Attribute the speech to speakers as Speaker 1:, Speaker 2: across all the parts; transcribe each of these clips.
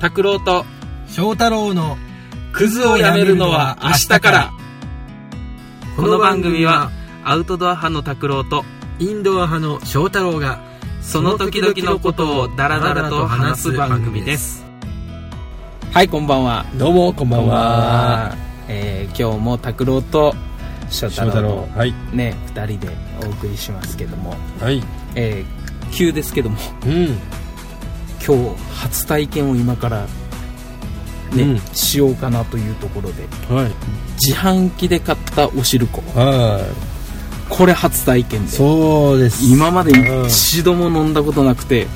Speaker 1: 拓郎と
Speaker 2: 翔太郎の
Speaker 1: クズをやめるのは明日からこの番組はアウトドア派の拓郎と
Speaker 2: インドア派の翔太郎が
Speaker 1: その時々のことをダラダラと話す番組ですはいこんばんは
Speaker 2: どうもこんばんは
Speaker 1: えー、今日も拓郎と翔太
Speaker 2: 翔太郎
Speaker 1: 郎
Speaker 2: はい
Speaker 1: ね2人でお送りしますけども、
Speaker 2: はい
Speaker 1: えー、急ですけども
Speaker 2: うん
Speaker 1: 今日初体験を今からね、
Speaker 2: うん
Speaker 1: しようかなというところで
Speaker 2: はい
Speaker 1: 自販機で買ったおしるこ
Speaker 2: は
Speaker 1: これ初体験
Speaker 2: い
Speaker 1: で
Speaker 2: そうです
Speaker 1: 今まで
Speaker 2: うん
Speaker 1: 一度も飲んだことなくて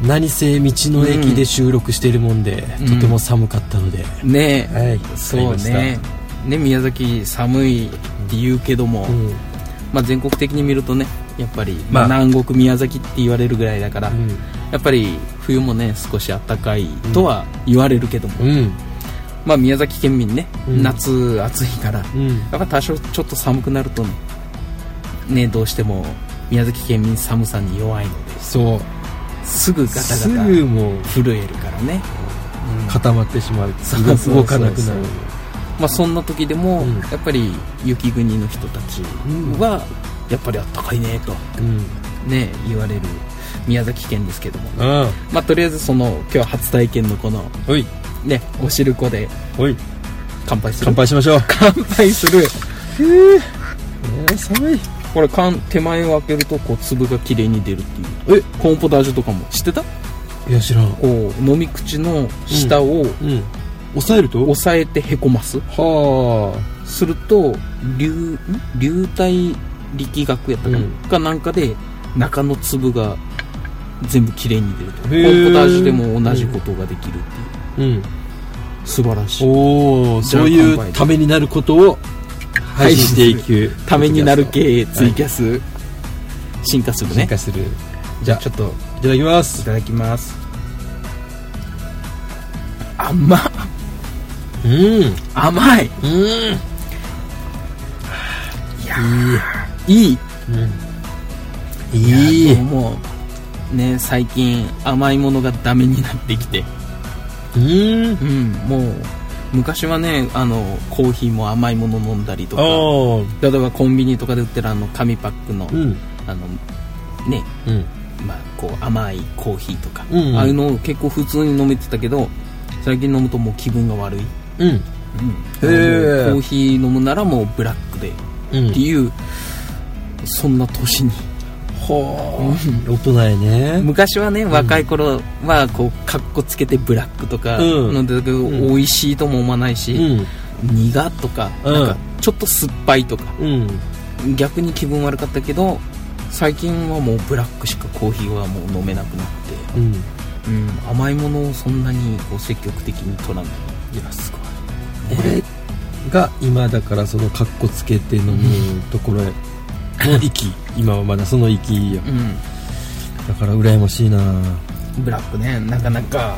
Speaker 2: 何せ道の駅で収録しているもんで、
Speaker 1: うん
Speaker 2: とても寒かったので、
Speaker 1: ねえ
Speaker 2: はい
Speaker 1: そう
Speaker 2: 買い
Speaker 1: ね
Speaker 2: まし
Speaker 1: ね宮崎寒い理由けども、
Speaker 2: たうん
Speaker 1: まあ、全国的に見るとねやっぱり、
Speaker 2: まあ
Speaker 1: 南国宮崎って言われるぐらいだから、やっぱり冬もね少し暖かいとは言われるけども、
Speaker 2: うんうん
Speaker 1: まあ、宮崎県民ね、
Speaker 2: うん
Speaker 1: 夏暑いからや
Speaker 2: うん
Speaker 1: っぱ多少ちょっと寒くなるとねねどうしても宮崎県民寒さに弱いので
Speaker 2: そう
Speaker 1: すぐガタ
Speaker 2: す
Speaker 1: ガタ
Speaker 2: ぐもう
Speaker 1: 震えるからね、うん
Speaker 2: 固まってしまう
Speaker 1: そうそうそう
Speaker 2: 動かなくなる
Speaker 1: まあ、そんな時でも、
Speaker 2: うん
Speaker 1: やっぱり雪国の人たちは、やっぱりあったかいねと、
Speaker 2: うん
Speaker 1: ね、言われる宮崎県ですけども、
Speaker 2: あ
Speaker 1: まあ、とりあえずその今日初体験のこの、
Speaker 2: あおい
Speaker 1: ね、おしるこで
Speaker 2: おい
Speaker 1: 乾杯する
Speaker 2: 乾杯しましょう
Speaker 1: 乾杯する
Speaker 2: えー寒い
Speaker 1: これ缶手前を開けるとこう粒が綺麗に出るっていう
Speaker 2: え
Speaker 1: コーンポタージュとかも知ってた
Speaker 2: いや知らん
Speaker 1: こう飲み口の下を
Speaker 2: うん抑えると
Speaker 1: 押さえてへこます、
Speaker 2: は
Speaker 1: すると流ん流体力学やったかな、
Speaker 2: うん
Speaker 1: かなんかで中の粒が全部きれいに出るとコ
Speaker 2: へー
Speaker 1: ーンポタージュでも同じことができるっていう、
Speaker 2: あうん
Speaker 1: 素晴らしい
Speaker 2: おお
Speaker 1: じゃあ
Speaker 2: そうい
Speaker 1: 乾
Speaker 2: う
Speaker 1: 杯
Speaker 2: ためになることを配信していく
Speaker 1: ためになる系ツイ
Speaker 2: ャ
Speaker 1: キャス、進化する
Speaker 2: 進
Speaker 1: ね
Speaker 2: 化する
Speaker 1: じゃあちょっと
Speaker 2: いただきま
Speaker 1: い
Speaker 2: す
Speaker 1: ただきます甘っ
Speaker 2: うんうん
Speaker 1: 甘いいい
Speaker 2: いいいい
Speaker 1: やもうね最近甘いものがダメになってきて
Speaker 2: うん
Speaker 1: うん、もう昔はねあのコーヒーも甘いもの飲んだりとか
Speaker 2: おー
Speaker 1: 例えばコンビニとかで売ってるあの紙パックの,、
Speaker 2: うん
Speaker 1: あのね
Speaker 2: うん
Speaker 1: まあ、こう甘いコーヒーとか、
Speaker 2: うん
Speaker 1: ああいうのを結構普通に飲めてたけど最近飲むともう気分が悪い、
Speaker 2: う
Speaker 1: う
Speaker 2: ん
Speaker 1: ん
Speaker 2: へー
Speaker 1: コーヒー飲むならもうブラックでっ
Speaker 2: うん
Speaker 1: ていう、そんな年に
Speaker 2: ほー大人やね
Speaker 1: 昔はね若い頃はこうかっこつけてブラックとか
Speaker 2: うん
Speaker 1: 飲んでたけど、
Speaker 2: ん
Speaker 1: 美味しいとも思わないし、
Speaker 2: うん
Speaker 1: 苦とか,、
Speaker 2: うん
Speaker 1: なんかちょっと酸っぱいとか
Speaker 2: うん
Speaker 1: 逆に気分悪かったけど最近はもうブラックしかコーヒーはもう飲めなくなっ
Speaker 2: うん
Speaker 1: て、うん、甘いものをそんなにこう積極的に取らない
Speaker 2: いやすごい俺が今だからそのカッコつけて飲むところへの域今はまだその域よ
Speaker 1: う、
Speaker 2: だから羨ましいなん
Speaker 1: ブラックねなかなか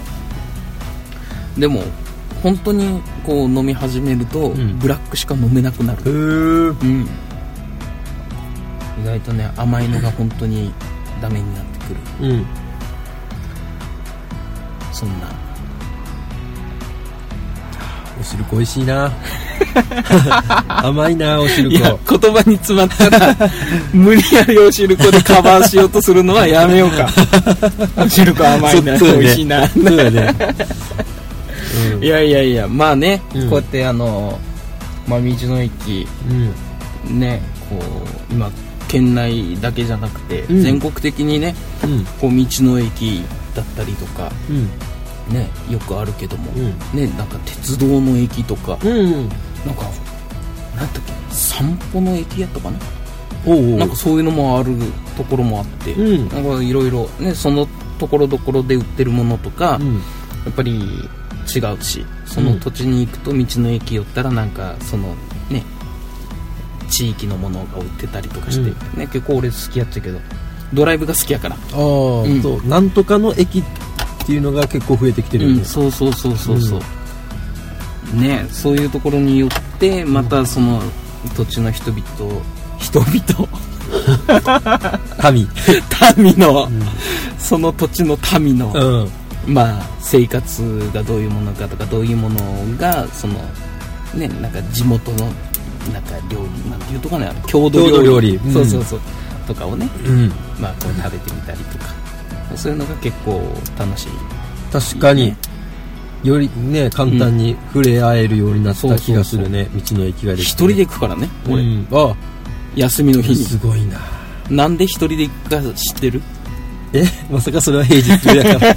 Speaker 1: でも本当にこう飲み始めると、
Speaker 2: ん
Speaker 1: ブラックしか飲めなくなる、
Speaker 2: うん
Speaker 1: うん、意外とね甘いのが本当にダメになってくる
Speaker 2: うん
Speaker 1: そんな
Speaker 2: おしるこ美味しいな甘いなおしる
Speaker 1: いや
Speaker 2: こ、
Speaker 1: 言葉に詰まった ら、無理やりおしるこでカバーしようとするのはやめよう か。おしるこ甘いな、
Speaker 2: そうそうね
Speaker 1: 美味しいな。
Speaker 2: そうやね、
Speaker 1: いやいやいや、まあね、
Speaker 2: うん
Speaker 1: こうやってあの、まあ、道の駅、
Speaker 2: うん
Speaker 1: ね、こう、今、県内だけじゃなくて、
Speaker 2: うん
Speaker 1: 全国的にね、
Speaker 2: うん
Speaker 1: こう、道の駅だったりとか、
Speaker 2: うん
Speaker 1: ね、よくあるけども、
Speaker 2: うん
Speaker 1: ね、なんか鉄道の駅とか、
Speaker 2: うんうん
Speaker 1: なんか、なんだっけ、散歩の駅やったかな
Speaker 2: おうおう
Speaker 1: なんかそういうのもあるところもあって、
Speaker 2: うん
Speaker 1: なんかいろいろねそのところどころで売ってるものとか、
Speaker 2: う
Speaker 1: や
Speaker 2: ん
Speaker 1: っぱり違うしその土地に行くと道の駅寄ったらなんかそのね地域のものが売ってたりとかして、
Speaker 2: う
Speaker 1: ね結構俺好きやっちゃうけどドライブが好きやから、
Speaker 2: ああ、
Speaker 1: うん
Speaker 2: そうなんとかの駅っていうのが結構増えてきてるよ
Speaker 1: う
Speaker 2: ね
Speaker 1: ん、そうそうそうそうそう、ねそういうところによってまたその土地の人々人々
Speaker 2: 民
Speaker 1: 民の、その土地の民の、
Speaker 2: うん
Speaker 1: まあ生活がどういうものかとかどういうものがそのねなんか地元のなんか料理なんていうとかね郷土料理
Speaker 2: 郷土料理うん
Speaker 1: そうそうそうとかをね
Speaker 2: うん
Speaker 1: まあこう食べてみたりとかそういうのが結構楽しい
Speaker 2: 確かによりね簡単に触れ合えるようになっ
Speaker 1: そうそ
Speaker 2: た
Speaker 1: うそう
Speaker 2: 気がするね道の駅ができ
Speaker 1: 一
Speaker 2: て
Speaker 1: 人で行くからね俺、
Speaker 2: うんあ
Speaker 1: 休みの日に
Speaker 2: すごいな
Speaker 1: なんで一人で行くか知ってる
Speaker 2: えまさかそれは平日だ から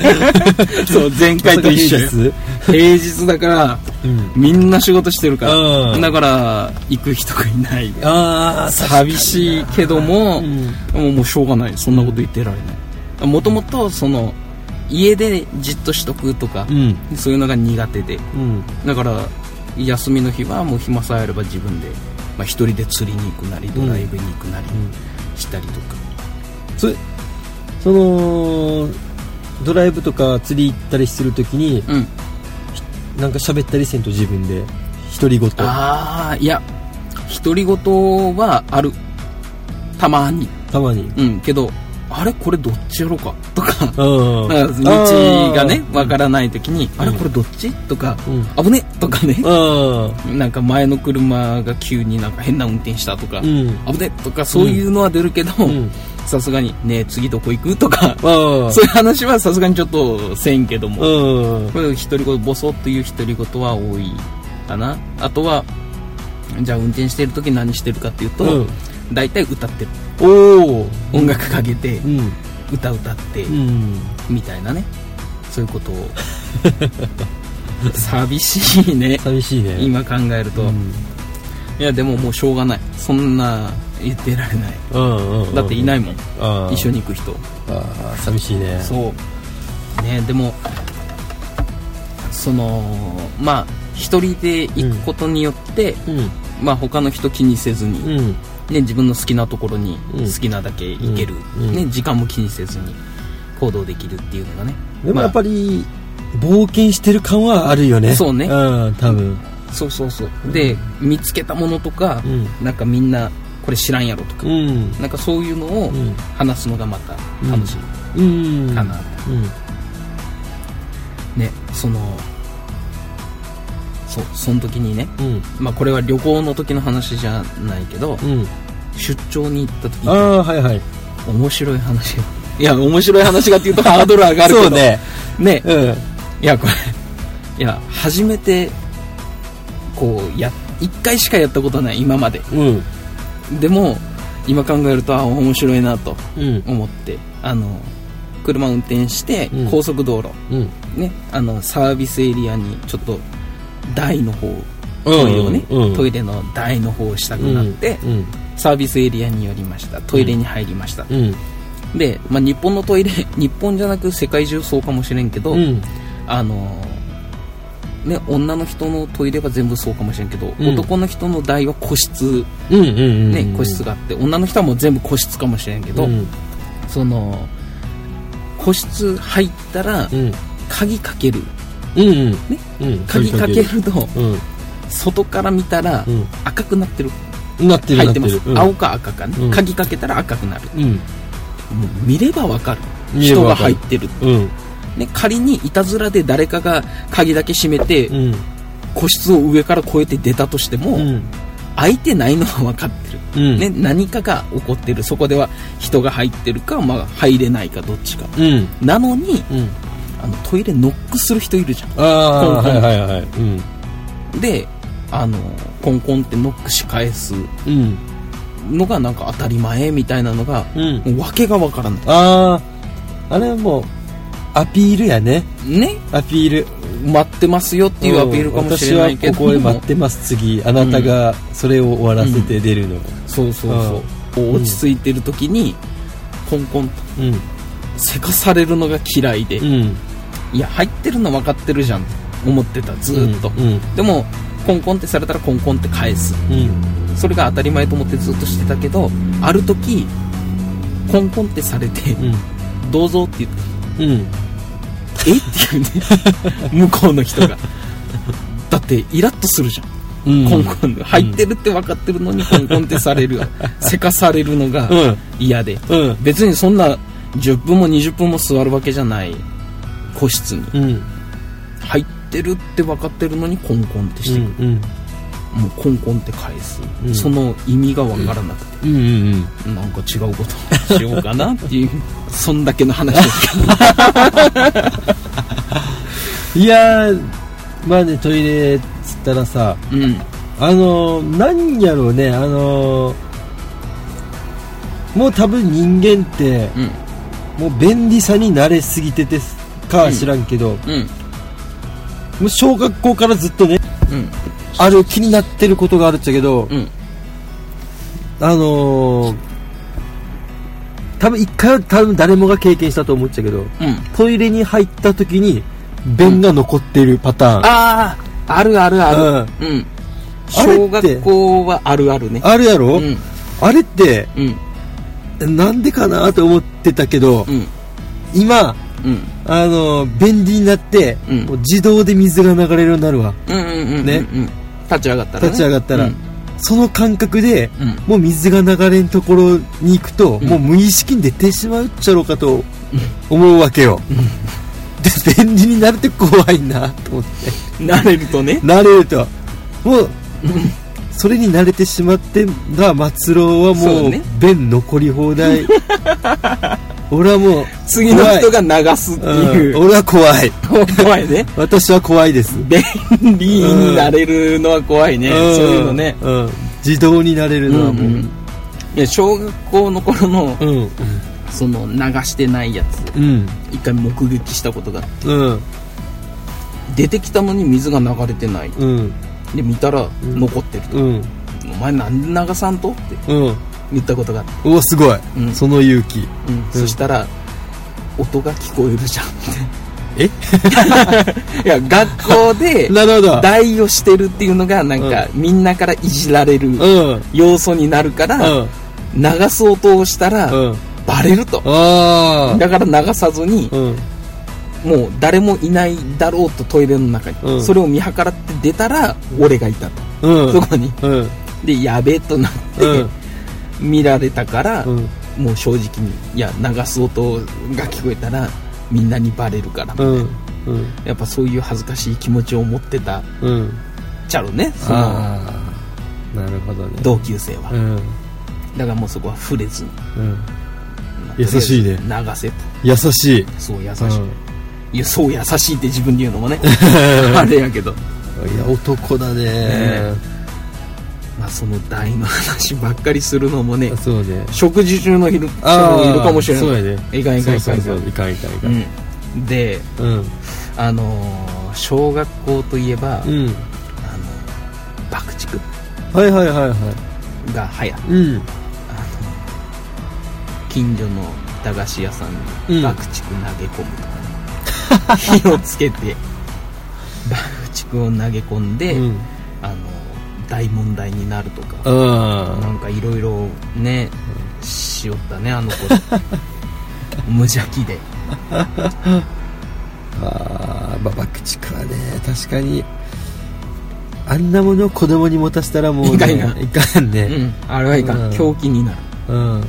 Speaker 1: そう前
Speaker 2: まさ
Speaker 1: 回
Speaker 2: か
Speaker 1: と一
Speaker 2: 平
Speaker 1: 緒
Speaker 2: 日
Speaker 1: よ平日だから
Speaker 2: うん
Speaker 1: みんな仕事してるから
Speaker 2: うん
Speaker 1: だから行く人がいない
Speaker 2: ああ
Speaker 1: 寂しいけども、
Speaker 2: うん
Speaker 1: もうもうしょうがないそんなこと言ってられないもともとその家でじっとしとくとか
Speaker 2: う、ん
Speaker 1: そういうのが苦手で
Speaker 2: うん
Speaker 1: だから休みの日はもう暇さえあれば自分で、まあ、一人で釣りに行くなりドライブに行くなりしたりとか、
Speaker 2: それそのドライブとか釣り行ったりするときに
Speaker 1: うん
Speaker 2: なんか喋ったりせんと自分で独り言た
Speaker 1: ああいや独り言はあるたまに
Speaker 2: まに
Speaker 1: うんけどあれこれどっちやろうかとか
Speaker 2: うん
Speaker 1: だから道がねわからない時に「あれ
Speaker 2: うん
Speaker 1: これどっち?」とか
Speaker 2: う
Speaker 1: 「
Speaker 2: ん
Speaker 1: 危ね!」とかね
Speaker 2: あ
Speaker 1: なんか前の車が急になんか変な運転したとか
Speaker 2: ー
Speaker 1: 「
Speaker 2: うん
Speaker 1: 危ね!」とかそういうのは出るけど
Speaker 2: うん
Speaker 1: さすがに「ねえ次どこ行く?」とか
Speaker 2: あ
Speaker 1: そういう話はさすがにちょっとせんけども
Speaker 2: うん
Speaker 1: これ独り言ボソッという独り言は多いかなあとはじゃあ運転してる時何してるかっていう
Speaker 2: う
Speaker 1: と
Speaker 2: ん
Speaker 1: 大体歌ってる
Speaker 2: おお
Speaker 1: 音楽かけて
Speaker 2: うん
Speaker 1: 歌歌って
Speaker 2: うん
Speaker 1: みたいなねそういうことを 寂しいね
Speaker 2: 寂しいね
Speaker 1: 今考えると、
Speaker 2: うん
Speaker 1: いやでももうしょうがないそんな言ってられない
Speaker 2: うんうん
Speaker 1: だっていないもん、
Speaker 2: あー
Speaker 1: 一緒に行く人
Speaker 2: あー寂しいね
Speaker 1: そうねでもそのまあ一人で行くことによって、
Speaker 2: うん
Speaker 1: まあ他の人気にせずに、
Speaker 2: うん
Speaker 1: ね、自分の好きなところに
Speaker 2: うん
Speaker 1: 好きなだけ行ける、
Speaker 2: うんうん
Speaker 1: ね、時間も気にせずに行動できるっていうのがね
Speaker 2: でも
Speaker 1: まあ
Speaker 2: やっぱり冒険してる感はあるよね
Speaker 1: そうね
Speaker 2: うん多分
Speaker 1: そうそうそうで見つけたものとか
Speaker 2: う、ん
Speaker 1: なんかみんなこれ知らんやろとか、
Speaker 2: うん
Speaker 1: なんかそういうのを
Speaker 2: うん
Speaker 1: 話すのがまた楽しい
Speaker 2: うん
Speaker 1: かな、
Speaker 2: うん
Speaker 1: ねそのそうその時にね
Speaker 2: うん
Speaker 1: まあこれは旅行の時の話じゃないけど、
Speaker 2: うん
Speaker 1: 出張に行った時
Speaker 2: あ
Speaker 1: に
Speaker 2: あはいはい
Speaker 1: 面白い話がいや面白い話がっていうとハードル上がるけど
Speaker 2: そうね
Speaker 1: ね
Speaker 2: うん
Speaker 1: いやこれいや初めてこうや1回しかやったことない今まで
Speaker 2: うん
Speaker 1: でも今考えるとあ面白いなと
Speaker 2: うん
Speaker 1: 思ってあの車運転して
Speaker 2: うん
Speaker 1: 高速道路、
Speaker 2: うん
Speaker 1: ねあのサービスエリアにちょっと台の方
Speaker 2: うん
Speaker 1: トイレをね、
Speaker 2: うん
Speaker 1: トイレの台の方をしたくなって、
Speaker 2: うん
Speaker 1: サービスエリアに寄りましたトイレに入りました、
Speaker 2: うん
Speaker 1: で、まあ、日本のトイレ 日本じゃなく世界中そうかもしれんけど、
Speaker 2: うん
Speaker 1: あのね、女の人のトイレは全部そうかもしれんけど、
Speaker 2: うん
Speaker 1: 男の人の台は個室、
Speaker 2: うんうんうん
Speaker 1: ね個室があって女の人はもう全部個室かもしれんけど、
Speaker 2: うん
Speaker 1: その個室入ったら
Speaker 2: うん
Speaker 1: 鍵かける
Speaker 2: うんうん
Speaker 1: ね
Speaker 2: うん
Speaker 1: 鍵かけると
Speaker 2: うん
Speaker 1: 外から見たら
Speaker 2: う
Speaker 1: 赤くなってる
Speaker 2: んなってる
Speaker 1: 入
Speaker 2: な
Speaker 1: っ
Speaker 2: ってて
Speaker 1: ます
Speaker 2: るうん
Speaker 1: 青か赤かね、
Speaker 2: うん
Speaker 1: 鍵かけたら赤くなる
Speaker 2: うん
Speaker 1: もう見ればわかる
Speaker 2: 見れば
Speaker 1: 人が
Speaker 2: わか
Speaker 1: 入
Speaker 2: る
Speaker 1: ってる
Speaker 2: うん
Speaker 1: ね、仮にいたずらで誰かが鍵だけ閉めて
Speaker 2: うん
Speaker 1: 個室を上から越えて出たとしても、
Speaker 2: うん
Speaker 1: 開いてないのは分かってる
Speaker 2: うん
Speaker 1: ね、何かが起こってるそこでは人が入ってるか、まあ、入れないかどっちか
Speaker 2: うん
Speaker 1: なのに
Speaker 2: うん
Speaker 1: あのトイレノックする人いるじゃ
Speaker 2: ああ
Speaker 1: コ
Speaker 2: は
Speaker 1: ンコ
Speaker 2: い
Speaker 1: ン
Speaker 2: はいはいうん
Speaker 1: んであのコンコンってノックし返す
Speaker 2: うん
Speaker 1: のがなんか当たり前みたいなのが
Speaker 2: うん
Speaker 1: もう訳が分からな
Speaker 2: あああれはもうアピールやね
Speaker 1: いね
Speaker 2: アピール
Speaker 1: 待ってますよっていうアピールかもしれないけど
Speaker 2: 私はここへ待ってます次あなたがそれを終わらせて出るの
Speaker 1: そうそうそうこう落ち着いてる時にコンコンと
Speaker 2: うん
Speaker 1: せかされるのが嫌いで、
Speaker 2: うん
Speaker 1: いや入ってるの分かってるじゃんって思ってたずーっと、
Speaker 2: うん
Speaker 1: でもコンコンってされたらコンコンって返す
Speaker 2: うん
Speaker 1: それが当たり前と思ってずっとしてたけどある時コンコンってされて
Speaker 2: うん
Speaker 1: 「どうぞ」って言って
Speaker 2: うん
Speaker 1: 「えっ?」ていうね 向こうの人がだってイラッとするじゃん、
Speaker 2: うん
Speaker 1: コンコン入ってるって分かってるのにコンコンってされるせかされるのが
Speaker 2: うん
Speaker 1: 嫌で
Speaker 2: うん
Speaker 1: 別にそんな10分も20分も座るわけじゃない個室に
Speaker 2: うん
Speaker 1: 入ってるって分かってるのにコンコンってしてくる、
Speaker 2: うん
Speaker 1: もうコンコンって返す、
Speaker 2: うん
Speaker 1: その意味が分からなくて、
Speaker 2: うんうん
Speaker 1: なんか違うことをしようかなっていう そんだけの話ですけど
Speaker 2: いやーまあねトイレっつったらさ
Speaker 1: うん
Speaker 2: あのー、何やろうねあのー、もう多分人間って
Speaker 1: うん
Speaker 2: もう便利さに慣れすぎててかは知らんけど、も
Speaker 1: うん
Speaker 2: う小学校からずっとね
Speaker 1: うん
Speaker 2: ある気になってることがあるっちゃけど、
Speaker 1: うん
Speaker 2: あのー、多分一回は多分誰もが経験したと思っちゃうけど
Speaker 1: うん
Speaker 2: トイレに入った時に便が残ってるパターン、
Speaker 1: あああるあるあ
Speaker 2: うん
Speaker 1: るうん
Speaker 2: あれっ
Speaker 1: 小
Speaker 2: て
Speaker 1: 学校はあるあるね
Speaker 2: あるやろ、
Speaker 1: うん
Speaker 2: あれって
Speaker 1: うん
Speaker 2: なんでかなと思ってたけど、
Speaker 1: うん
Speaker 2: 今
Speaker 1: うん
Speaker 2: あの便利になって、
Speaker 1: うん
Speaker 2: もう自動で水が流れるようになるわ
Speaker 1: うんうんうんうん
Speaker 2: ね
Speaker 1: うん立ち上がったらね
Speaker 2: 立ち上がったら、
Speaker 1: うん
Speaker 2: その感覚で
Speaker 1: うん
Speaker 2: もう水が流れんところに行くと、
Speaker 1: ん
Speaker 2: もう無意識に出てしまうっちゃろうかと思うわけよ、で便利になるって怖いなと思って
Speaker 1: 慣れるとね
Speaker 2: 慣れるともう、それに慣れてしまってが松郎は
Speaker 1: そ
Speaker 2: も
Speaker 1: う
Speaker 2: う
Speaker 1: ね
Speaker 2: 便残り 放題俺はもう
Speaker 1: 次の人が流すって
Speaker 2: 怖い
Speaker 1: いう
Speaker 2: うん、俺は怖い
Speaker 1: 怖いね
Speaker 2: 私は怖いです、
Speaker 1: 便利になれるのは怖いね、
Speaker 2: ん
Speaker 1: そういうのね、
Speaker 2: うん、自動になれるのはもう、うん
Speaker 1: いや小学校の頃の
Speaker 2: うん
Speaker 1: その流してないやつ
Speaker 2: うん
Speaker 1: 一回目撃したことがあって
Speaker 2: うん
Speaker 1: 出てきたのに水が流れてない
Speaker 2: うん
Speaker 1: で見たら残ってると、
Speaker 2: うん
Speaker 1: お前なんで流さんとって
Speaker 2: うん
Speaker 1: 言ったことがあって、
Speaker 2: おすごい、
Speaker 1: うん
Speaker 2: その勇気
Speaker 1: うんそしたら音が聞こえるじゃん っていや学校で
Speaker 2: なるほど
Speaker 1: 代をしてるっていうのがなんか、みんなからいじられる
Speaker 2: うん
Speaker 1: 要素になるから、流す音をしたら、
Speaker 2: うんうん
Speaker 1: バレると、
Speaker 2: ああ
Speaker 1: だから流さずに、
Speaker 2: うん
Speaker 1: もう誰もいないだろうとトイレの中に、
Speaker 2: うん
Speaker 1: それを見計らって出たら俺がいたと、
Speaker 2: うん
Speaker 1: そこに
Speaker 2: うん
Speaker 1: でやべえとなって、
Speaker 2: うん
Speaker 1: 見られたから、
Speaker 2: うん
Speaker 1: もう正直にいや流す音が聞こえたらみんなにバレるから、
Speaker 2: うんうん
Speaker 1: やっぱそういう恥ずかしい気持ちを持ってた
Speaker 2: うん
Speaker 1: ちゃろねその
Speaker 2: ああなるほどね
Speaker 1: 同級生は、
Speaker 2: うん
Speaker 1: だからもうそこは触れずに
Speaker 2: うん優しいね
Speaker 1: とりあえず流せと
Speaker 2: 優しい
Speaker 1: そう優し
Speaker 2: うん
Speaker 1: い、いやそう優しいって自分で言うのもねあれやけど
Speaker 2: いや男だね
Speaker 1: ねまあその大の話ばっかりするのもね
Speaker 2: あそうね
Speaker 1: 食事中の昼人
Speaker 2: あ
Speaker 1: もいるかもしれ
Speaker 2: そう
Speaker 1: な
Speaker 2: や
Speaker 1: い
Speaker 2: ね
Speaker 1: いかんいかんい
Speaker 2: そ
Speaker 1: か
Speaker 2: うん
Speaker 1: い
Speaker 2: そ
Speaker 1: か
Speaker 2: うんそういかんいかんいか
Speaker 1: うんんで
Speaker 2: うん
Speaker 1: あのー小学校といえば、あの
Speaker 2: うん
Speaker 1: 爆竹
Speaker 2: はいはいはいは
Speaker 1: が流行っ
Speaker 2: いうん
Speaker 1: あの近所の駄菓子屋さん
Speaker 2: う
Speaker 1: に
Speaker 2: ん
Speaker 1: 爆竹投げ込むと か、ね火をつけて爆竹を投げ込んで、
Speaker 2: うん
Speaker 1: あの大問題になるとかな
Speaker 2: あ
Speaker 1: んかいろいろねしよったねあの頃 無邪気で
Speaker 2: あまあ爆竹はね確かにあんなものを子供に持たせたらも
Speaker 1: い
Speaker 2: う、ね、
Speaker 1: かんいかん
Speaker 2: いかん
Speaker 1: う
Speaker 2: ね
Speaker 1: んあれはいかん、
Speaker 2: うん
Speaker 1: 狂気になる
Speaker 2: うん、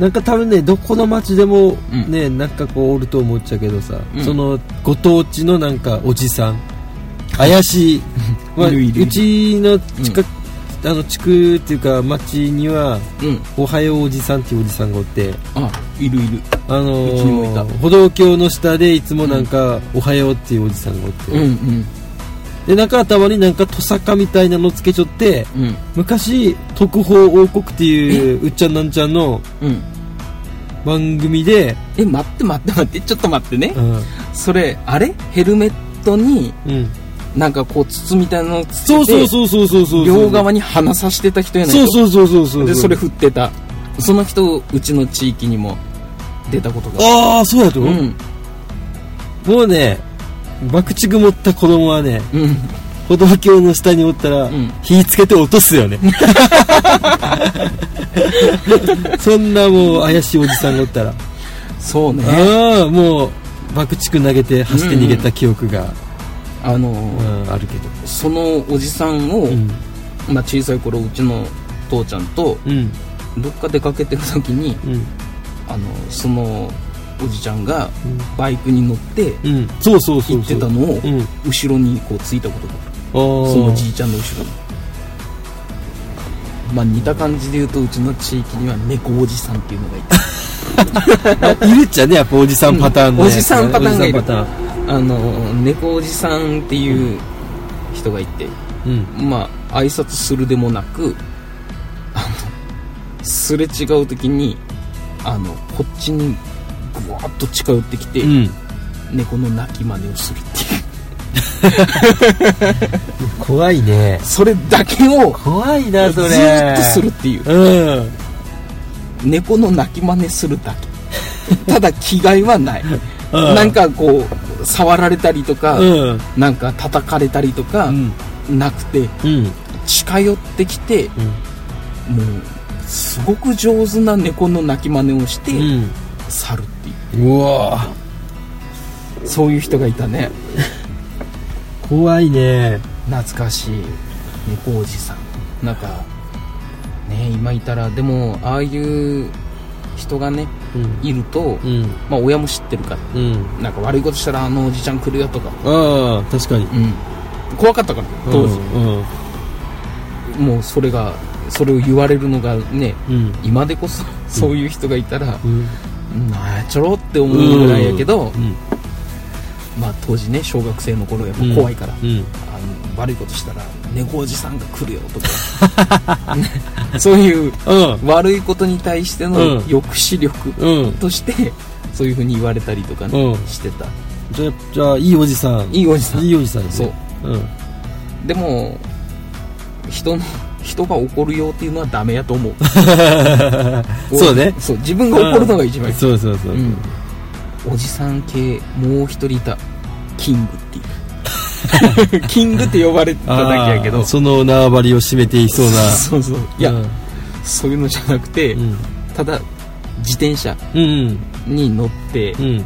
Speaker 2: なんか多分ねどこの町でも
Speaker 1: うん
Speaker 2: ね、なんかこうおると思っちゃうけどさ、
Speaker 1: うん
Speaker 2: そのご当地のなんかおじさん怪 しい、まあ、
Speaker 1: いるいる
Speaker 2: うちの近く、あの地区っていうか町には
Speaker 1: うん
Speaker 2: おはようおじさんっていうおじさんがおって
Speaker 1: あいるいる
Speaker 2: あのー
Speaker 1: うちにもいた
Speaker 2: 歩道橋の下でいつもなんか、おはようっていうおじさんがおって、
Speaker 1: うんうん
Speaker 2: でなんか頭になんかトサカみたいなのつけちょって
Speaker 1: うん
Speaker 2: 昔特報王国っていううっちゃんなんちゃんの
Speaker 1: うん
Speaker 2: 番組で、
Speaker 1: え待って待って待ってちょっと待ってね
Speaker 2: うん
Speaker 1: それあれヘルメットに
Speaker 2: うん、
Speaker 1: なんかこう筒みたいなのをつけて
Speaker 2: そうそうそうそうそうそう
Speaker 1: 両側に鼻さしてた人やない
Speaker 2: そうそうそうそうそう
Speaker 1: でそれ振ってたその人うちの地域にも出たことがあ
Speaker 2: ああそうやと、
Speaker 1: るうん
Speaker 2: もうね爆竹持った子供はね
Speaker 1: うん
Speaker 2: 歩道橋の下におったら、
Speaker 1: ん
Speaker 2: 火つけて落とす よねそんなもう怪しいおじさんがおったら
Speaker 1: そうね
Speaker 2: ああもう爆竹投げて走って逃げた記憶が、
Speaker 1: あの
Speaker 2: う
Speaker 1: ー
Speaker 2: んあるけど
Speaker 1: そのおじさんを、
Speaker 2: うん
Speaker 1: まあ、小さい頃うちの父ちゃんと
Speaker 2: うん
Speaker 1: どっか出かけてる時に
Speaker 2: うん
Speaker 1: あのそのおじちゃんがバイクに乗って
Speaker 2: うん、うん、そうそうそう
Speaker 1: 行っ
Speaker 2: そ
Speaker 1: て
Speaker 2: う
Speaker 1: たのを
Speaker 2: うん、あ
Speaker 1: 後ろにこうついたことがあるその
Speaker 2: そ
Speaker 1: おじいちゃんの後ろにまあ似た感じで言うとうちの地域には猫おじさんっていうのが いて
Speaker 2: いるっちゃねやっぱおじさんパターンのやつね、
Speaker 1: うんおじさんパターンがいる
Speaker 2: おじさんパ
Speaker 1: あの猫おじさんっていう人がいて
Speaker 2: ターンうん
Speaker 1: まあ挨拶するでもなくあのすれ違う時にあのこっちにぐわっと近寄ってきて、
Speaker 2: うん
Speaker 1: 猫の鳴き真似をするっていう
Speaker 2: 怖いね
Speaker 1: それだけを
Speaker 2: 怖いな
Speaker 1: ず
Speaker 2: それ
Speaker 1: ーっとするっていう
Speaker 2: うん
Speaker 1: 猫の鳴き真似するだけ ただ着替えはない
Speaker 2: うん
Speaker 1: なんかこう触られたりとか、
Speaker 2: うん
Speaker 1: なんか叩かれたりとか
Speaker 2: う、ん
Speaker 1: なくて
Speaker 2: うん
Speaker 1: 近寄ってきてもうすごく上手な猫の鳴き真似をして、
Speaker 2: うん
Speaker 1: 去るっていう
Speaker 2: うんうわ
Speaker 1: そういう人がいたね
Speaker 2: 怖いね
Speaker 1: 懐かしい猫おじさんなんかね今いたらでもああいう人がね
Speaker 2: うん
Speaker 1: いると、
Speaker 2: うん
Speaker 1: まあ親も知ってるから
Speaker 2: うん
Speaker 1: なんか悪いことしたらあのおじちゃん来るよとか、
Speaker 2: ああ確かに
Speaker 1: うん、怖かったから当時、
Speaker 2: うん
Speaker 1: もうそれがそれを言われるのがね
Speaker 2: うん
Speaker 1: 今でこそそういう人がいたら、
Speaker 2: うん
Speaker 1: なあちょろって思うぐらいやけど、
Speaker 2: うん
Speaker 1: まあ当時ね小学生の頃やっぱ怖いから、
Speaker 2: うん
Speaker 1: あの悪いことしたら猫おじさんが来るよと か ねそういう
Speaker 2: うん
Speaker 1: 悪いことに対しての
Speaker 2: うん
Speaker 1: 抑止力
Speaker 2: うん
Speaker 1: としてそういうふうに言われたりとかね、
Speaker 2: うん
Speaker 1: してた
Speaker 2: じゃじゃあいいおじさん
Speaker 1: いいおじさん
Speaker 2: いいおじさんね
Speaker 1: そう
Speaker 2: うん
Speaker 1: でも人の 人が怒るよっていうのはダメやと思う
Speaker 2: そうね
Speaker 1: そう自分が怒るのが一番いい、
Speaker 2: そうそうそう
Speaker 1: うんおじさん系もう一人いたキングって いうキングって呼ばれてただけやけ
Speaker 2: あ
Speaker 1: ど
Speaker 2: ーその縄張りを締めていそうな
Speaker 1: そうそういや、そういうのじゃなくて、
Speaker 2: うん
Speaker 1: ただ自転車
Speaker 2: うん
Speaker 1: に乗って、
Speaker 2: うんうん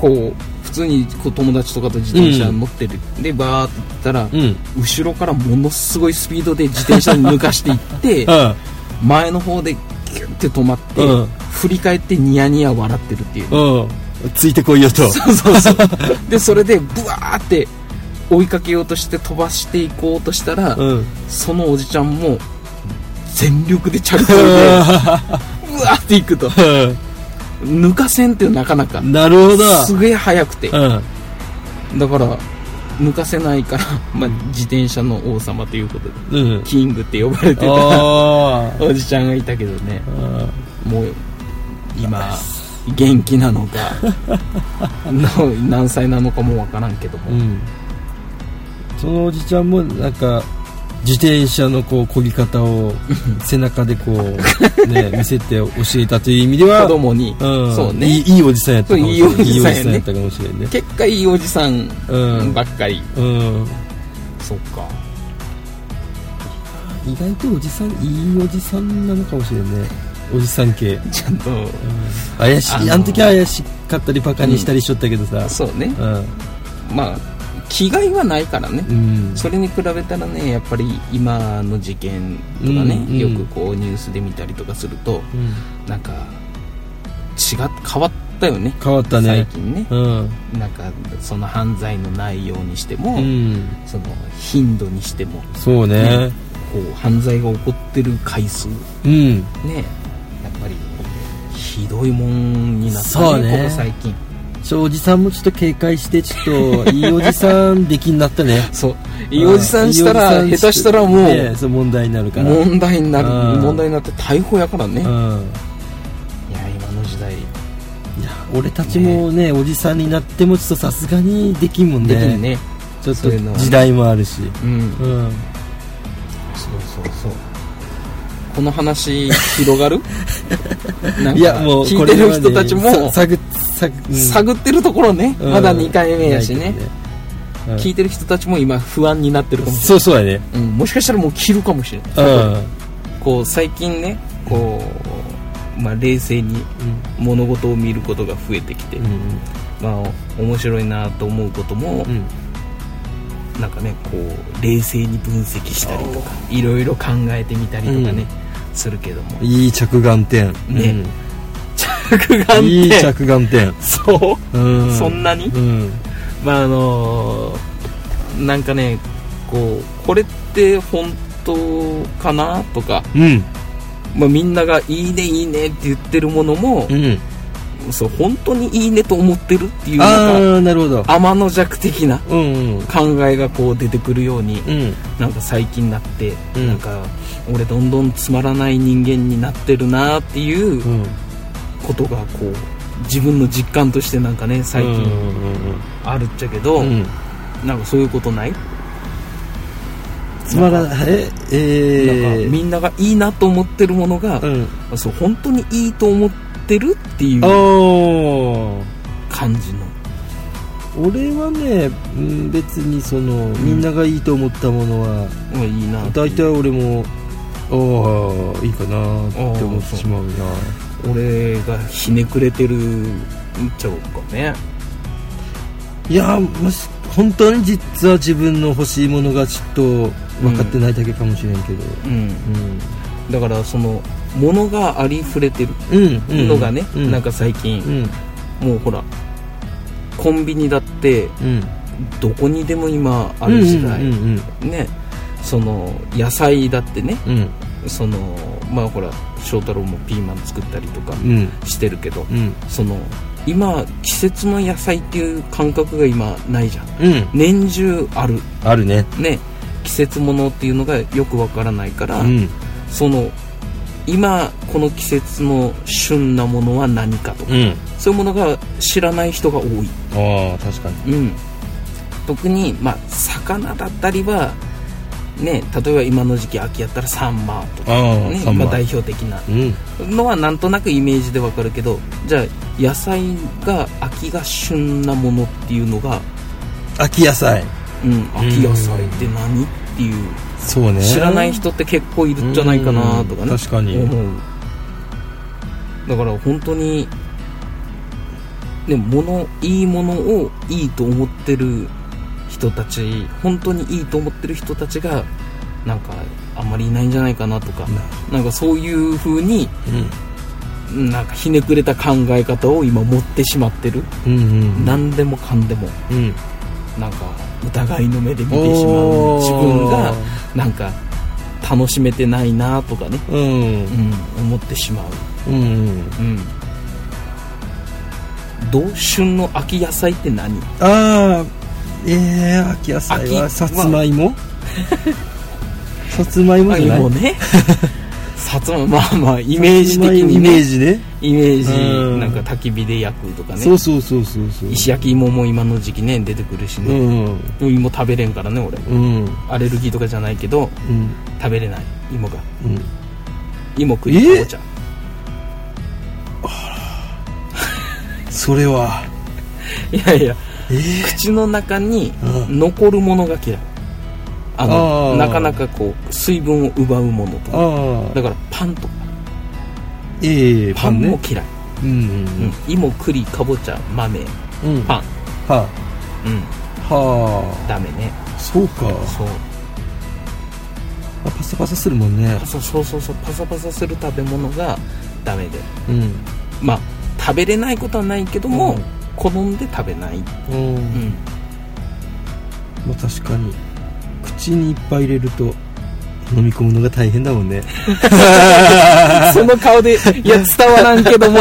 Speaker 1: こう普通にこう友達とかと自転車乗ってる、でバーって行ったら、
Speaker 2: うん
Speaker 1: 後ろからものすごいスピードで自転車に抜かしていって
Speaker 2: あ
Speaker 1: 前の方でギュッて止まって、
Speaker 2: うん
Speaker 1: 振り返ってニヤニヤ笑ってるっていう、
Speaker 2: うんついてこいよと
Speaker 1: そうそうそう でそれでブワーって追いかけようとして飛ばしていこうとしたら、
Speaker 2: うん
Speaker 1: そのおじちゃんも全力で 着氷でうわーっていくと抜かせんってなかなか
Speaker 2: なるほど
Speaker 1: すげえ速くて
Speaker 2: うん
Speaker 1: だから抜かせないから、まあ、自転車の王様ということで
Speaker 2: うん
Speaker 1: キングって呼ばれてた
Speaker 2: あー
Speaker 1: おじちゃんがいたけどね
Speaker 2: あ
Speaker 1: もう今元気なのか の何歳なのかもわからんけど
Speaker 2: ー
Speaker 1: も、
Speaker 2: うんそのおじちゃんもなんか自転車のこう漕ぎ方 を背中でこうね見せて教えたという意味では
Speaker 1: 子供に、
Speaker 2: うん
Speaker 1: そうね
Speaker 2: いいいいおじさんやったかもしれ
Speaker 1: そう
Speaker 2: ない
Speaker 1: いいおじさんやね
Speaker 2: ったかもしれないね
Speaker 1: 結果いいおじさん
Speaker 2: うん
Speaker 1: ばっかり、
Speaker 2: うん
Speaker 1: そっか
Speaker 2: 意外とおじさんいいおじさんなのかもしれないねおじさん系
Speaker 1: ちゃんと
Speaker 2: 怪しい、
Speaker 1: あ
Speaker 2: あ
Speaker 1: のー
Speaker 2: の時は怪しかったりバカにしたりしとったけどさ
Speaker 1: そうね
Speaker 2: うん
Speaker 1: まあ気概はないからね
Speaker 2: うん
Speaker 1: それに比べたらねやっぱり今の事件とかね、
Speaker 2: うんうん
Speaker 1: よくこうニュースで見たりとかすると
Speaker 2: うん
Speaker 1: なんか違っ変わったよね
Speaker 2: 変わっ
Speaker 1: 最
Speaker 2: たね
Speaker 1: 近ね
Speaker 2: うん
Speaker 1: なんかその犯罪の内容にしても、
Speaker 2: うん
Speaker 1: その頻度にしても
Speaker 2: そうね
Speaker 1: こう犯罪が起こってる回数ね
Speaker 2: うん
Speaker 1: やっぱりひどいもんになった
Speaker 2: そうね
Speaker 1: ここ最近
Speaker 2: ちょおじさんもちょっと警戒してちょっといいおじさんできになったね
Speaker 1: そう いいおじさんしたら
Speaker 2: うんいいおじ
Speaker 1: 下
Speaker 2: さん
Speaker 1: 手したらもう、
Speaker 2: ねそう問題になるからうん
Speaker 1: 問題になる
Speaker 2: うん
Speaker 1: 問題になって逮捕やからね、いや今の時代
Speaker 2: いや俺たちもねおじさんになってもちょっとさすがにできんもん
Speaker 1: できる
Speaker 2: ね
Speaker 1: ね
Speaker 2: ちょっ
Speaker 1: そ
Speaker 2: と
Speaker 1: ういうのは
Speaker 2: 時代もあるし
Speaker 1: うん
Speaker 2: うん
Speaker 1: そうそうそうこの話広 がるなんか
Speaker 2: いやもう
Speaker 1: 聞いてる人
Speaker 2: これはね
Speaker 1: たちも、
Speaker 2: さ探探
Speaker 1: 探ってるところね、
Speaker 2: うん
Speaker 1: まだ2回目やし
Speaker 2: ない
Speaker 1: ね
Speaker 2: けどうん
Speaker 1: 聞いてる人たちも今不安になってるかもし
Speaker 2: そうそうやね
Speaker 1: れない、うん、もしかしたらもう切るかもしれない
Speaker 2: うん
Speaker 1: こう最近ねこう、まあ、冷静に物事を見ることが増えてきて、
Speaker 2: うん
Speaker 1: まあ面白いなと思うことも、
Speaker 2: うん
Speaker 1: なんかねこう冷静に分析したりとかいろいろ考えてみたりとかね、するけども
Speaker 2: いい着眼点
Speaker 1: ね
Speaker 2: うん
Speaker 1: 着眼点
Speaker 2: いい着眼点
Speaker 1: そうう、
Speaker 2: ん
Speaker 1: そんなに
Speaker 2: うん
Speaker 1: まああのーなんかねこうこれって本当かなとか、
Speaker 2: うん
Speaker 1: まあ、みんなが「いいねいいね」って言ってるものも
Speaker 2: う、ん
Speaker 1: そう本当にいいねと思ってるっていうなんか
Speaker 2: ああなるほど
Speaker 1: 天の弱的な
Speaker 2: うんうん
Speaker 1: 考えがこう出てくるように
Speaker 2: うん
Speaker 1: なんか最近になって、
Speaker 2: うん
Speaker 1: なんか俺どんどんつまらない人間になってるなっていう
Speaker 2: うん
Speaker 1: ことがこう自分の実感としてなんかね最
Speaker 2: うん
Speaker 1: 近あるっちゃけど、
Speaker 2: うんうん
Speaker 1: なんかそういうことない
Speaker 2: つまらないえ
Speaker 1: なん
Speaker 2: え
Speaker 1: か
Speaker 2: ー
Speaker 1: みんながいいなと思ってるものが、
Speaker 2: うん
Speaker 1: そう本当にいいと思ってるっていう
Speaker 2: おー
Speaker 1: 感じの
Speaker 2: 俺はねうん別にそのみんながいいと思ったものは
Speaker 1: うんいいなってい
Speaker 2: 大
Speaker 1: う
Speaker 2: 体俺もああいいかなって思ってしまうな
Speaker 1: 俺がひねくれてるんちゃうかね
Speaker 2: いやーもし本当に実は自分の欲しいものがちょっと分かってないだけかもしれんけど
Speaker 1: うん
Speaker 2: うん
Speaker 1: だからその物がありふれてる
Speaker 2: うんうん
Speaker 1: のがね、
Speaker 2: うん
Speaker 1: なんか最近
Speaker 2: う、ん
Speaker 1: もうほらコンビニだって
Speaker 2: うん
Speaker 1: どこにでも今ある時代、
Speaker 2: うんうん
Speaker 1: ねその野菜だってね
Speaker 2: うん
Speaker 1: そのまあほら翔太郎もピーマン作ったりとか
Speaker 2: うん
Speaker 1: してるけど、
Speaker 2: うん
Speaker 1: その今季節の野菜っていう感覚が今ないじゃん
Speaker 2: うんうん
Speaker 1: 年中ある
Speaker 2: あるね
Speaker 1: ね季節ものっていうのがよくわからないから、
Speaker 2: うん
Speaker 1: その今この季節の旬なものは何かとか、
Speaker 2: うん
Speaker 1: そういうものが知らない人が多い、
Speaker 2: ああ確かに
Speaker 1: うん、特に、まあ、魚だったりは、ね、例えば今の時期秋やったらサンマとか、
Speaker 2: ああ
Speaker 1: ね
Speaker 2: サン
Speaker 1: ま
Speaker 2: マ
Speaker 1: あ、代表的な
Speaker 2: うん
Speaker 1: のはなんとなくイメージでわかるけどじゃあ野菜が秋が旬なものっていうのが、
Speaker 2: 秋野菜
Speaker 1: うん、秋野菜って何っていう
Speaker 2: そうね
Speaker 1: 知らない人って結構いるんじゃないかなとかね
Speaker 2: うん確かに
Speaker 1: 思うだから本当にでも物いいものをいいと思ってる人たち本当にいいと思ってる人たちがなんかあんまりいないんじゃないかなとかなんかそういう風になんかひねくれた考え方を今持ってしまってる、
Speaker 2: うんうんうん
Speaker 1: 何でもかんでも
Speaker 2: うん
Speaker 1: なんか疑いの目で見てしまう自分がなんか楽しめてないなとかね、
Speaker 2: う
Speaker 1: う
Speaker 2: ん
Speaker 1: ん、思ってしまう、
Speaker 2: うん
Speaker 1: うん、同旬の秋野菜って何
Speaker 2: ああえー、秋野菜
Speaker 1: 秋は
Speaker 2: はさつまい もさつまいもじゃない
Speaker 1: もうねさつままあまあイメージ的に
Speaker 2: イメー
Speaker 1: ね
Speaker 2: ジね
Speaker 1: イメージ
Speaker 2: うん
Speaker 1: なんか焚き火で焼くとか
Speaker 2: そ
Speaker 1: ね
Speaker 2: うそうそうそうそう
Speaker 1: 石焼き芋も今の時期ね出てくるし
Speaker 2: う
Speaker 1: ね、
Speaker 2: ん
Speaker 1: 芋食べれんからね俺
Speaker 2: うん
Speaker 1: アレルギーとかじゃないけど
Speaker 2: うん
Speaker 1: 食べれない芋が
Speaker 2: うん
Speaker 1: 芋食いかぼちゃ
Speaker 2: それはい
Speaker 1: やいや
Speaker 2: えー、
Speaker 1: 口の中に
Speaker 2: うん
Speaker 1: 残るものが嫌いあの
Speaker 2: あー
Speaker 1: なかなかこう水分を奪うものとか
Speaker 2: ああ
Speaker 1: だからパンとか
Speaker 2: ええ
Speaker 1: パ
Speaker 2: パ
Speaker 1: ン
Speaker 2: ン
Speaker 1: も
Speaker 2: ね
Speaker 1: 嫌い、
Speaker 2: うん
Speaker 1: うん、芋栗かぼちゃ豆
Speaker 2: うんうん
Speaker 1: パン
Speaker 2: は
Speaker 1: うん
Speaker 2: は
Speaker 1: ダメね
Speaker 2: あそうか
Speaker 1: そう
Speaker 2: あパサパサするもんね
Speaker 1: パサそうそうそうパサパサする食べ物がダメで
Speaker 2: うん
Speaker 1: まあ食べれないことはないけども、
Speaker 2: うん
Speaker 1: 好んで食べない、
Speaker 2: うん、
Speaker 1: うん、
Speaker 2: まあ、確かに口にいっぱい入れると飲み込むのが大変だもんね
Speaker 1: その顔 でいや伝わらんけども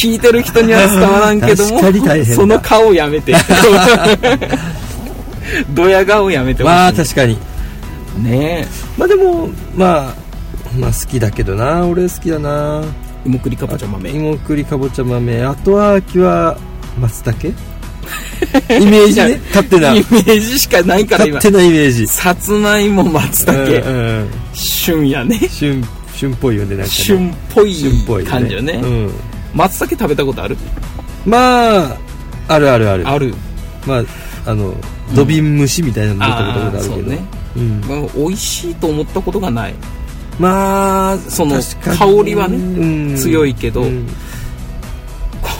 Speaker 1: 聞いてる人には伝わらんけども
Speaker 2: 確かに大変だ
Speaker 1: その顔やめ てドヤ顔やめてほしい、
Speaker 2: まあ確かに
Speaker 1: ね
Speaker 2: まあでもまあまあ好きだけどな俺好きだな
Speaker 1: え芋栗かぼちゃ豆
Speaker 2: 芋栗かぼちゃ豆あとは秋は松 茸イメージね勝手な
Speaker 1: イメージしかないから今
Speaker 2: 勝手なイメージ
Speaker 1: さつまいも松茸、
Speaker 2: うんうん
Speaker 1: 旬やね
Speaker 2: 旬旬っぽいよねなんかね
Speaker 1: 旬っぽい
Speaker 2: 旬っぽい
Speaker 1: 感じよね
Speaker 2: うん
Speaker 1: 松茸食べたことある
Speaker 2: まああるあるある
Speaker 1: ある
Speaker 2: まああの土瓶蒸しみたいなの
Speaker 1: あ
Speaker 2: も食べ
Speaker 1: あ
Speaker 2: たことあ
Speaker 1: そ
Speaker 2: る
Speaker 1: う
Speaker 2: けど
Speaker 1: ね、
Speaker 2: うん
Speaker 1: まあ、美味しいと思ったことがない
Speaker 2: まあ
Speaker 1: その
Speaker 2: 確かに
Speaker 1: 香りはね
Speaker 2: うん
Speaker 1: 強いけど
Speaker 2: うん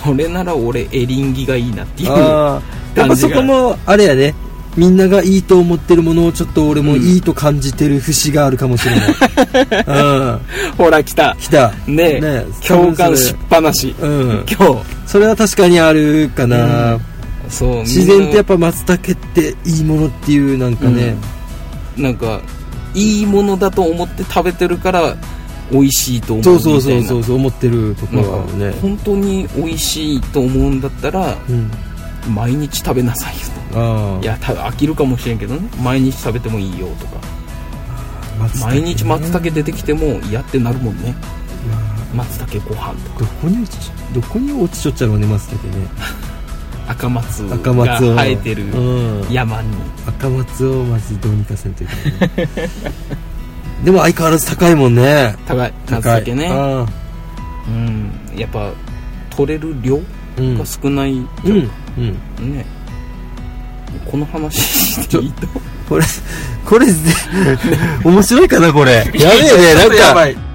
Speaker 1: これなら俺エリンギがいいなっていう
Speaker 2: ああやっぱそこもあれやねみんながいいと思ってるものをちょっと俺もいいと感じてる節があるかもしれない、 うん、
Speaker 1: ほら来た
Speaker 2: 来た
Speaker 1: ねえ共感しっぱなし、
Speaker 2: うん
Speaker 1: 今日
Speaker 2: それは確かにあるかな、
Speaker 1: うそう
Speaker 2: 自然ってやっ
Speaker 1: ぱ
Speaker 2: ぱ松茸っていいものっていうなんかね、
Speaker 1: なんかいいものだと思って食べてるから美味しいと思う
Speaker 2: そう
Speaker 1: みたい
Speaker 2: そ
Speaker 1: な
Speaker 2: うそうそうそう思ってるとこ
Speaker 1: なん
Speaker 2: ろはね
Speaker 1: か本当に美味しいと思うんだったら
Speaker 2: うん
Speaker 1: 毎日食べなさいよ
Speaker 2: ああ
Speaker 1: といやた飽きるかもしれんけどね毎日食べてもいいよとか
Speaker 2: 松茸ね
Speaker 1: 毎日松茸出てきても嫌ってなるもんね
Speaker 2: まあ
Speaker 1: 松茸ご飯とか
Speaker 2: どこに落ちどこに落ちちょっちゃうのね松茸ね
Speaker 1: 赤松
Speaker 2: 赤
Speaker 1: が
Speaker 2: 松を
Speaker 1: 生えてる
Speaker 2: うん、
Speaker 1: 山に
Speaker 2: 赤松をまずどうにかせんといけないねでも相変わらず高いもんね
Speaker 1: 高い松
Speaker 2: 高い
Speaker 1: 茸ね
Speaker 2: ああ
Speaker 1: うんやっぱ取れる量
Speaker 2: うん
Speaker 1: が少ないじ
Speaker 2: う
Speaker 1: ゃん
Speaker 2: んうん
Speaker 1: ねこの話していいと
Speaker 2: これこれ面白いかなこれやべえねなんか
Speaker 1: やばい